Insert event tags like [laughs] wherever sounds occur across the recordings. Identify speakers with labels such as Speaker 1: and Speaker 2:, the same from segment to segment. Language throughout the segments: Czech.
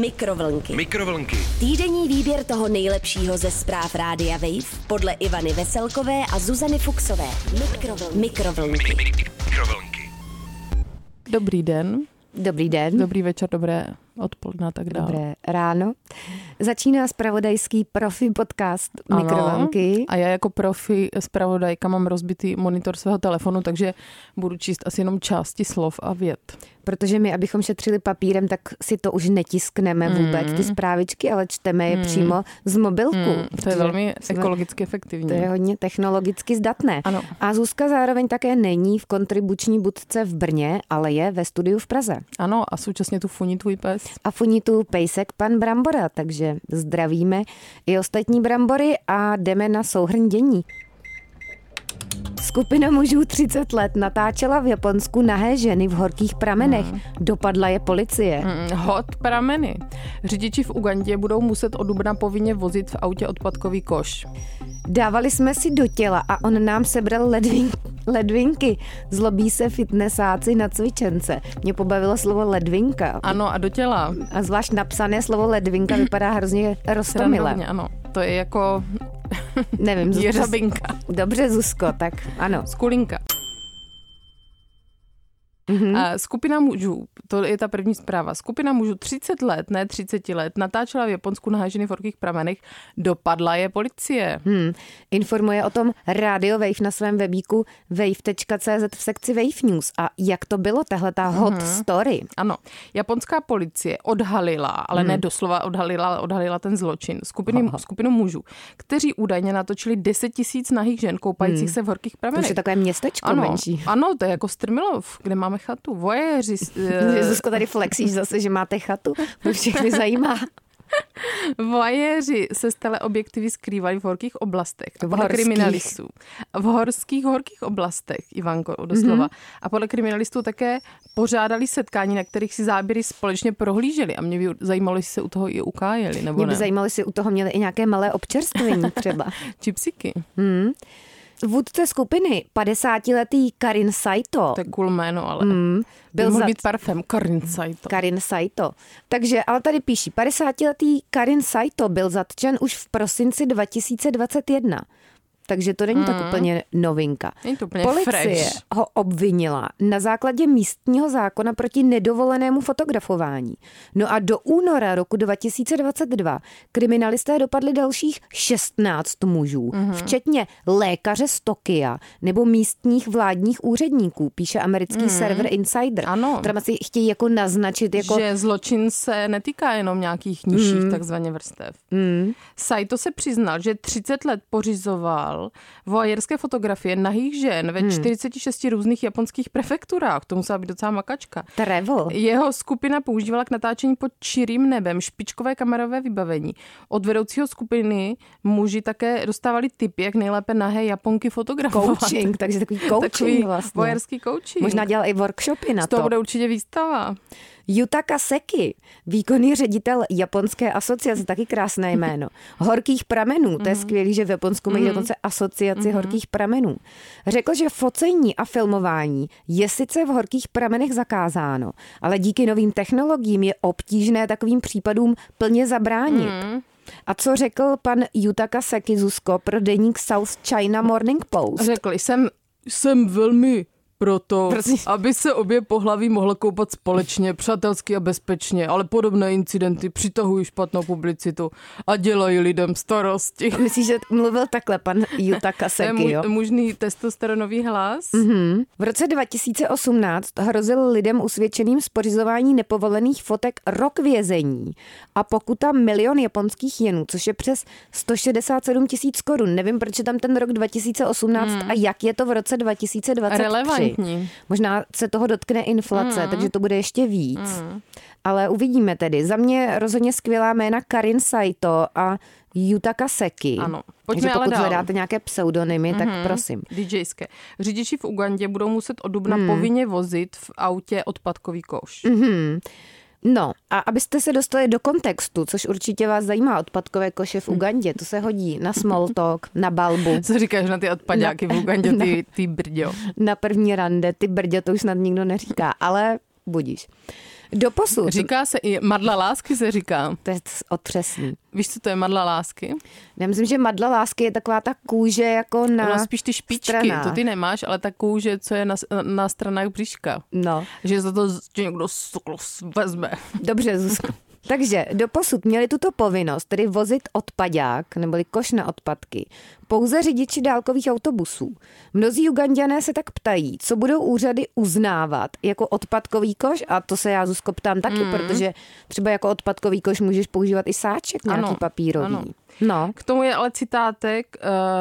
Speaker 1: Mikrovlnky.
Speaker 2: Mikrovlnky.
Speaker 1: Týdenní výběr toho nejlepšího ze zpráv Rádia Wave podle Ivany Veselkové a Zuzany Fuxové. Mikrovlnky. Mikrovlnky.
Speaker 2: Mikrovlnky.
Speaker 3: Dobrý den,
Speaker 4: Dobrý den.
Speaker 3: dobrý večer, dobré odpoledne a tak dále.
Speaker 4: Dobré ráno. Začíná spravodajský profi podcast
Speaker 3: Ano.
Speaker 4: Mikrovlnky.
Speaker 3: A já jako profi zpravodajka mám rozbitý monitor svého telefonu, takže budu číst asi jenom části slov a věd.
Speaker 4: Protože my, abychom šetřili papírem, tak si to už netiskneme vůbec,
Speaker 3: Mm.
Speaker 4: ty zprávičky, ale čteme je přímo z mobilku.
Speaker 3: To je
Speaker 4: protože
Speaker 3: velmi
Speaker 4: jsme-
Speaker 3: ekologicky efektivní.
Speaker 4: To je hodně technologicky zdatné.
Speaker 3: Ano.
Speaker 4: A Zuzka zároveň také není v kontribuční budce v Brně, ale je ve studiu v Praze.
Speaker 3: Ano, a současně tu funí tvůj pes.
Speaker 4: A funí tu pejsek pan Brambora, takže zdravíme i ostatní Brambory a jdeme na souhrn dění. Skupina mužů 30 let natáčela v Japonsku nahé ženy v horkých pramenech.
Speaker 3: Hmm.
Speaker 4: Dopadla je policie.
Speaker 3: Mm, Hot prameny. Řidiči v Ugandě budou muset od dubna povinně vozit v autě odpadkový koš.
Speaker 4: Dávali jsme si do těla a on nám sebral ledvin, ledvinky. Zlobí se fitnessáci na cvičence. Mě pobavilo slovo ledvinka.
Speaker 3: Ano, a do těla.
Speaker 4: A zvlášť napsané slovo ledvinka vypadá hrozně roztomile.
Speaker 3: Srandovně, ano. To je jako [laughs]
Speaker 4: Nevím, Zuzko-
Speaker 3: jeřabinka,
Speaker 4: Dobře, Zuzko, tak ano.
Speaker 3: skulinka.
Speaker 4: Mhm.
Speaker 3: A skupina mužů, to je ta první zpráva, skupina mužů 30 let, ne 30 let, natáčela v Japonsku na v horkých pramenech, dopadla je policie.
Speaker 4: Hmm. Informuje o tom Radio Wave na svém webíku wave.cz v sekci Wave News. A jak to bylo, tahle ta hot
Speaker 3: Mhm.
Speaker 4: story?
Speaker 3: Ano, japonská policie odhalila, ale ne
Speaker 4: Hm.
Speaker 3: doslova odhalila, ale odhalila ten zločin, skupiny, skupinu mužů, kteří údajně natočili 10 tisíc nahých žen koupajících se v horkých
Speaker 4: Hm. To už
Speaker 3: pramenech.
Speaker 4: je takové městečko
Speaker 3: ano,
Speaker 4: [laughs] menší.
Speaker 3: ano, to je jako Strmilov, kde máme chatu. Vojeři,
Speaker 4: [laughs] Že
Speaker 3: eh,
Speaker 4: Zuzko tady flexíš zase, že máte chatu. To všechny zajímá.
Speaker 3: vojeři se stále objektivy skrývají v horkých oblastech. A
Speaker 4: V
Speaker 3: podle
Speaker 4: horských.
Speaker 3: kriminalistů. V horských, horkých oblastech, Ivanko,
Speaker 4: Mhm.
Speaker 3: doslova. Mm-hmm. A podle kriminalistů také pořádali setkání, na kterých si záběry společně prohlíželi. A mě by zajímalo, jestli se u toho i ukájeli, nebo
Speaker 4: Mě by
Speaker 3: ne.
Speaker 4: zajímalo, jestli u toho měli i nějaké malé občerstvení
Speaker 3: [laughs]
Speaker 4: třeba.
Speaker 3: Či psiky.
Speaker 4: No. Vůdce skupiny, 50-letý Karin Saito.
Speaker 3: To je cool jméno, ale mm,
Speaker 4: Hmm. byl
Speaker 3: byl mohl
Speaker 4: zat-
Speaker 3: být parfém. Karin Saito.
Speaker 4: Karin Saito. Takže, ale tady píší, 50-letý Karin Saito byl zatčen už v prosinci 2021. Takže to není mm. tak úplně novinka.
Speaker 3: Mhm. Není to úplně
Speaker 4: Policie
Speaker 3: fresh.
Speaker 4: ho obvinila na základě místního zákona proti nedovolenému fotografování. No a do února roku 2022 kriminalisté dopadli dalších 16 mužů,
Speaker 3: Mhm.
Speaker 4: včetně lékaře z Tokia nebo místních vládních úředníků, píše americký server Insider.
Speaker 3: Mhm. Ano.
Speaker 4: Tam asi chtějí jako naznačit, jako Hmm.
Speaker 3: Že zločin se netýká jenom nějakých nižších takzvaně vrstev. Mm. Saito se přiznal, že 30 let pořizoval voajerské fotografie nahých žen
Speaker 4: Hmm.
Speaker 3: ve 46 různých japonských prefekturách. To musela být docela makačka. [laughs]
Speaker 4: travel.
Speaker 3: Jeho skupina používala k natáčení pod čirým nebem špičkové kamerové vybavení. Od vedoucího skupiny muži také dostávali tipy, jak nejlépe nahé Japonky fotografovat.
Speaker 4: Coaching, takže takový coaching
Speaker 3: Takový
Speaker 4: vlastně.
Speaker 3: vojerský coaching.
Speaker 4: Možná dělal i workshopy na
Speaker 3: Z toho
Speaker 4: to.
Speaker 3: bude určitě výstava.
Speaker 4: Yutaka Seki, výkonný ředitel Japonské asociace, taky
Speaker 3: Mhm.
Speaker 4: krásné jméno. Horkých pramenů, to je skvělý, že v Japonsku mají dokonce asociaci
Speaker 3: Mhm.
Speaker 4: horkých pramenů. Řekl, že focení a filmování je sice v horkých pramenech zakázáno, ale díky novým technologiím je obtížné takovým případům plně zabránit.
Speaker 3: Mhm.
Speaker 4: A co řekl pan Yutaka Seki Zusko pro deník South China Morning Post?
Speaker 3: Řekl jsem, jsem velmi proto,
Speaker 4: Prosím.
Speaker 3: aby se obě pohlaví mohla koupat společně, přátelsky a bezpečně, ale podobné incidenty přitahují špatnou publicitu a dělají lidem starosti.
Speaker 4: Myslíš, že mluvil takhle pan Yutaka
Speaker 3: To je
Speaker 4: Seki, jo?
Speaker 3: mu- mužný testosteronový hlas.
Speaker 4: Mm-hmm. V roce 2018 hrozil lidem usvědčeným z pořizování nepovolených fotek rok vězení a pokuta milion japonských jenů, což je přes 167 tisíc korun. Nevím, proč je tam ten rok 2018 a jak je to v roce 2023.
Speaker 3: Hmm. Relevantní. Hmm.
Speaker 4: Možná se toho dotkne inflace, takže to bude ještě víc. Ale uvidíme tedy. Za mě rozhodně skvělá jména Karin Saito a Yutaka Seki.
Speaker 3: Ano. Pojďme
Speaker 4: Takže
Speaker 3: ale
Speaker 4: pokud
Speaker 3: dál. Mhm.
Speaker 4: hledáte nějaké pseudonymy, tak prosím.
Speaker 3: DJské. Řidiči v Ugandě budou muset od dubna povinně vozit v autě odpadkový koš.
Speaker 4: No a abyste se dostali do kontextu, což určitě vás zajímá, odpadkové koše v Ugandě, to se hodí na small talk, na balbu,
Speaker 3: Co říkáš na ty odpadáky v Ugandě, ty, ty brďo?
Speaker 4: na první rande, ty brďo, to už snad nikdo neříká, ale budíš. Doposud.
Speaker 3: Říká se i madla lásky, se říká.
Speaker 4: To je c- otřesný.
Speaker 3: Víš, co to je madla lásky?
Speaker 4: Já myslím, že madla lásky je taková ta kůže jako na
Speaker 3: No, spíš ty špičky,
Speaker 4: stranách.
Speaker 3: to ty nemáš, ale takovou, že co je na, na stranách bříška.
Speaker 4: No,
Speaker 3: Že za to z- tě někdo suklo s- vezme.
Speaker 4: dobře, Zuzko. Takže doposud měli tuto povinnost, tedy vozit odpadák, neboli koš na odpadky, pouze řidiči dálkových autobusů. Mnozí Ugandiané se tak ptají, co budou úřady uznávat jako odpadkový koš, a to se já, Zuzko, ptám taky, mm.
Speaker 3: Hmm.
Speaker 4: protože třeba jako odpadkový koš můžeš používat i sáček nějaký
Speaker 3: Ano,
Speaker 4: papírový.
Speaker 3: ano.
Speaker 4: No.
Speaker 3: K tomu je ale citátek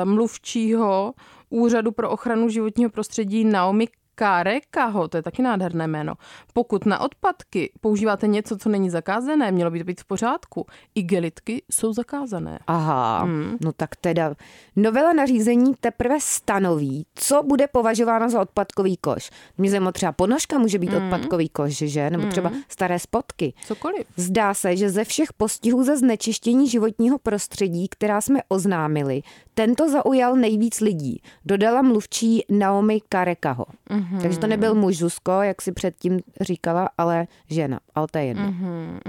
Speaker 3: uh, mluvčího Úřadu pro ochranu životního prostředí Naomi Karekaho, to je taky nádherné jméno. Pokud na odpadky používáte něco, co není zakázané, mělo by to být v pořádku. Igelitky jsou zakázané.
Speaker 4: Aha, hmm. no tak teda. Novela nařízení teprve stanoví, co bude považováno za odpadkový koš. Mě zajímá třeba ponožka může být hmm. odpadkový koš, že? Nebo třeba staré spotky.
Speaker 3: Cokoliv.
Speaker 4: Zdá se, že ze všech postihů za znečištění životního prostředí, která jsme oznámili, tento zaujal nejvíc lidí, dodala mluvčí Naomi Karekaho.
Speaker 3: Mhm.
Speaker 4: Mm-hmm. Takže to nebyl muž Zuzko, jak si předtím říkala, ale žena. Ale to je jedno.
Speaker 3: Mhm,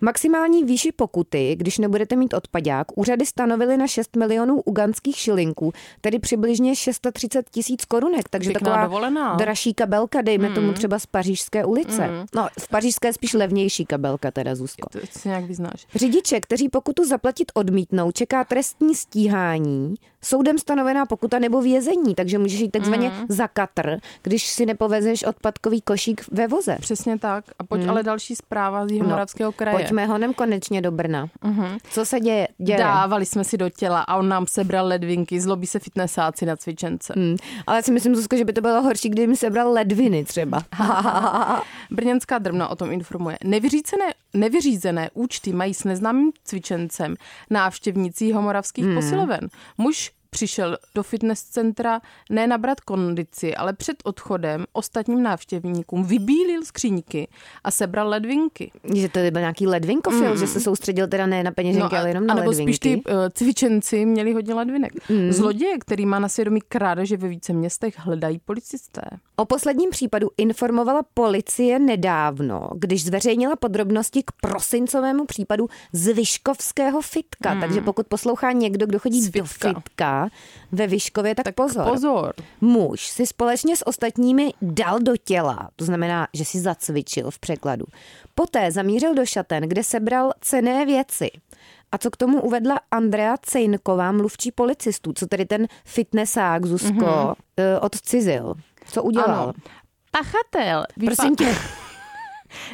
Speaker 4: Maximální výši pokuty, když nebudete mít odpadák, úřady stanovily na 6 milionů uganských šilinků, tedy přibližně 630 tisíc korunek. Takže
Speaker 3: Pěkná
Speaker 4: taková
Speaker 3: dovolená.
Speaker 4: dražší kabelka, dejme
Speaker 3: Hmm.
Speaker 4: tomu třeba z pařížské ulice. No, z pařížské je spíš levnější kabelka teda, Zuzko.
Speaker 3: To se nějak vyznáš.
Speaker 4: Řidiče, kteří pokutu zaplatit odmítnou, čeká trestní stíhání, soudem stanovená pokuta nebo vězení, takže můžeš jít takzvaně
Speaker 3: Hmm.
Speaker 4: mm. za katr, když si nepovezeš odpadkový košík ve voze. No,
Speaker 3: Přesně tak. A pojď ale další zpráva z Jihomoravského kraje. Mhm.
Speaker 4: Pojďme honem konečně do Brna. Mm-hmm. Co se děje? děje?
Speaker 3: Dávali jsme si do těla a on nám sebral ledvinky, zlobí se fitnessáci na cvičence.
Speaker 4: Hmm. Ale já si myslím, Zuzko, že by to bylo horší, kdyby mi sebral ledviny třeba.
Speaker 3: Brněnská drmna o tom informuje. Nevyřízené, nevyřízené účty mají s neznámým cvičencem návštěvnicí homoravských hmm. posiloven. Muž přišel do fitness centra ne nabrat kondici, ale před odchodem ostatním návštěvníkům vybílil skříňky a sebral ledvinky.
Speaker 4: že to byl nějaký ledvinkofil, mm. že se soustředil teda ne na peněženky, no ale jenom na
Speaker 3: Hmm. anebo
Speaker 4: ledvinky. Hmm.
Speaker 3: spíš ty uh, cvičenci měli hodně ledvinek. Mm. Zloděje, který má na svědomí krádeže ve více městech, hledají policisté.
Speaker 4: O posledním případu informovala policie nedávno, když zveřejnila podrobnosti k prosincovému případu z Vyškovského fitka. Hmm. Takže pokud poslouchá někdo, kdo chodí
Speaker 3: Z
Speaker 4: do
Speaker 3: fitka.
Speaker 4: fitka ve Vyškově, tak, tak pozor.
Speaker 3: Pozor.
Speaker 4: Muž si společně s ostatními dal do těla, to znamená, že si zacvičil v překladu. Poté zamířil do šaten, kde sebral cené věci. A co k tomu uvedla Andrea Cejnková, mluvčí policistů, co tedy ten fitnessák Zuzko mm-hmm. odcizil? Co udělal?
Speaker 3: Ano. Pachatel. vypa-
Speaker 4: Prosím tě.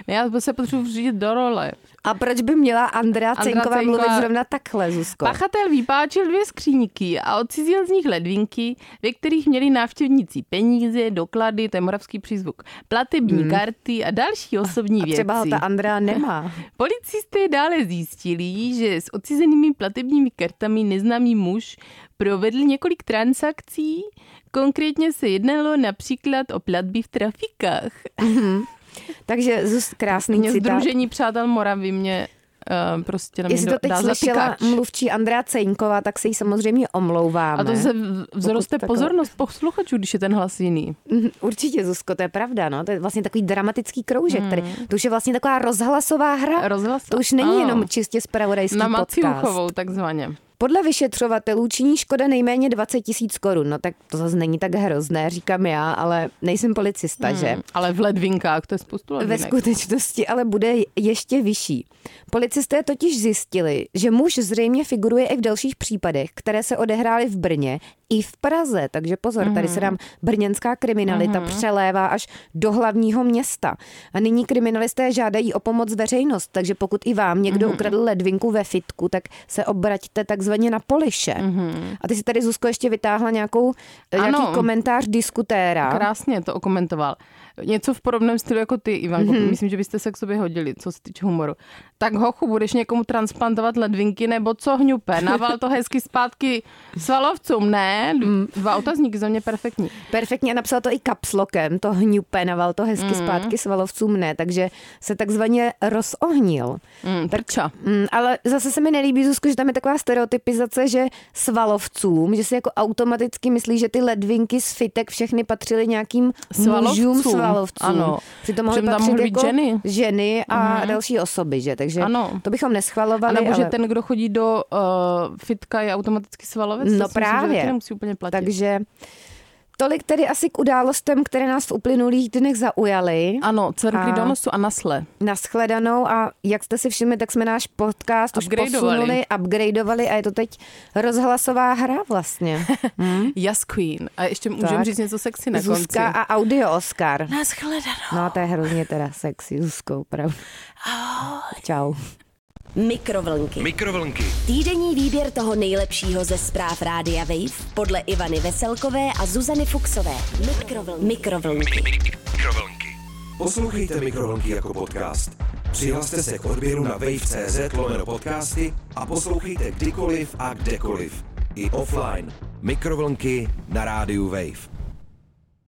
Speaker 3: Ne, [laughs] Já se potřebuji vřídit do role.
Speaker 4: A proč by měla Andrea
Speaker 3: Andrea
Speaker 4: Cejnková
Speaker 3: Cejnková-
Speaker 4: mluvit zrovna takhle, Zuzko?
Speaker 3: Pachatel vypáčil dvě skříňky a odcizil z nich ledvinky, ve kterých měli návštěvníci peníze, doklady, to je moravský přízvuk, platební hmm. karty a další osobní
Speaker 4: A
Speaker 3: věci.
Speaker 4: třeba ho ta Andrea nemá.
Speaker 3: Policisté dále zjistili, že s odcizenými platebními kartami neznámý muž provedl několik transakcí, konkrétně se jednalo například o platby v trafikách.
Speaker 4: Takže Zuz, krásný
Speaker 3: Mě
Speaker 4: citát.
Speaker 3: Združení přátel Moravy mě uh, prostě na mě
Speaker 4: Jestli to teď
Speaker 3: dá
Speaker 4: slyšela
Speaker 3: zatykač.
Speaker 4: mluvčí Andrea Cejnková, tak se jí samozřejmě omlouváme.
Speaker 3: A to se v- vzroste
Speaker 4: Pokud takhle-
Speaker 3: pozornost posluchačů, když je ten hlas jiný.
Speaker 4: Mhm, Určitě, Zuzko, to je pravda, no. To je vlastně takový dramatický kroužek, mm. tady. To už je vlastně taková rozhlasová hra.
Speaker 3: Hmm. Rozhlas.
Speaker 4: To už není
Speaker 3: ano.
Speaker 4: jenom čistě spravodajský
Speaker 3: na
Speaker 4: podcast.
Speaker 3: Maciuchovou takzvaně.
Speaker 4: Podle vyšetřovatelů činí škoda nejméně 20 tisíc korun. No tak to zase není tak hrozné, říkám já, ale nejsem
Speaker 3: Hmm.
Speaker 4: policista, že?
Speaker 3: Ale v ledvinkách, to je spoustu
Speaker 4: Ve
Speaker 3: ledvinek.
Speaker 4: skutečnosti ale bude ještě vyšší. Policisté totiž zjistili, že muž zřejmě figuruje i v dalších případech, které se odehrály v Brně i v Praze. Takže pozor, mm.
Speaker 3: Mhm.
Speaker 4: tady se nám brněnská kriminalita mm. přelévá až do hlavního města. A nyní kriminalisté žádají o pomoc veřejnost, takže pokud i vám
Speaker 3: Mhm.
Speaker 4: někdo mm. ukradl ledvinku ve fitku, tak se obraťte takzvaně na poliše. Mm. A ty si tady, Zuzko, ještě vytáhla nějakou,
Speaker 3: Mhm.
Speaker 4: eh,
Speaker 3: Ano.
Speaker 4: nějaký komentář diskutéra.
Speaker 3: Krásně to okomentoval. Něco v podobném stylu jako ty, Ivanko.
Speaker 4: Mhm.
Speaker 3: Mm-hmm. Myslím, že byste se k sobě hodili, co se týče humoru. Tak hochu, budeš někomu transplantovat ledvinky nebo co hňupe? Naval to hezky zpátky svalovcům, ne?
Speaker 4: Mm.
Speaker 3: Dva otazníky za mě perfektní.
Speaker 4: Perfektně a napsal to i kapslokem, to hňupe, naval to
Speaker 3: Mhm.
Speaker 4: hezky mm. zpátky svalovcům ne, takže se takzvaně rozohnil.
Speaker 3: Mm, trča.
Speaker 4: Mm, ale zase se mi nelíbí, Zuzko, že tam je taková stereotypizace, že svalovcům, že si jako automaticky myslí, že ty ledvinky z fitek všechny patřily nějakým mužům
Speaker 3: Svalovcům.
Speaker 4: válovcům.
Speaker 3: Ano.
Speaker 4: Přitom mohly
Speaker 3: Přitom tam
Speaker 4: patřit
Speaker 3: mohly být
Speaker 4: jako
Speaker 3: ženy. Mhm.
Speaker 4: ženy a další osoby, že? Takže
Speaker 3: Ano.
Speaker 4: to bychom
Speaker 3: A
Speaker 4: neschvalovali.
Speaker 3: nebo že
Speaker 4: ale...
Speaker 3: ten, kdo chodí do uh, fitka, je automaticky svalovec?
Speaker 4: No
Speaker 3: to si Myslím, že
Speaker 4: právě.
Speaker 3: taky nemusí úplně platit.
Speaker 4: Takže tolik tedy asi k událostem, které nás v uplynulých dnech zaujaly.
Speaker 3: Ano, cerkví
Speaker 4: A-
Speaker 3: a... donosu a nasle.
Speaker 4: Naschledanou a jak jste si všimli, tak jsme náš podcast už
Speaker 3: Upgradeovali.
Speaker 4: posunuli, upgradeovali a je to teď rozhlasová hra
Speaker 3: [laughs]
Speaker 4: vlastně.
Speaker 3: Yes, queen. A ještě můžeme
Speaker 4: Tak.
Speaker 3: říct něco sexy na konci.
Speaker 4: Zuzka a audio Oscar.
Speaker 3: Nás hledanou.
Speaker 4: No a to je hrozně teda sexy, Zuzko, opravdu. Čau.
Speaker 1: Mikrovlnky.
Speaker 2: Mikrovlnky.
Speaker 1: Týdenní výběr toho nejlepšího ze zpráv Rádia Wave podle Ivany Veselkové a Zuzany Fuxové. Mikrovlnky. Mikrovlnky.
Speaker 2: Mikrovlnky. Poslouchejte Mikrovlnky jako podcast. Přihlaste se k odběru na wave.cz lomeno podcasty a poslouchejte kdykoliv a kdekoliv. I offline. Mikrovlnky na rádiu Wave.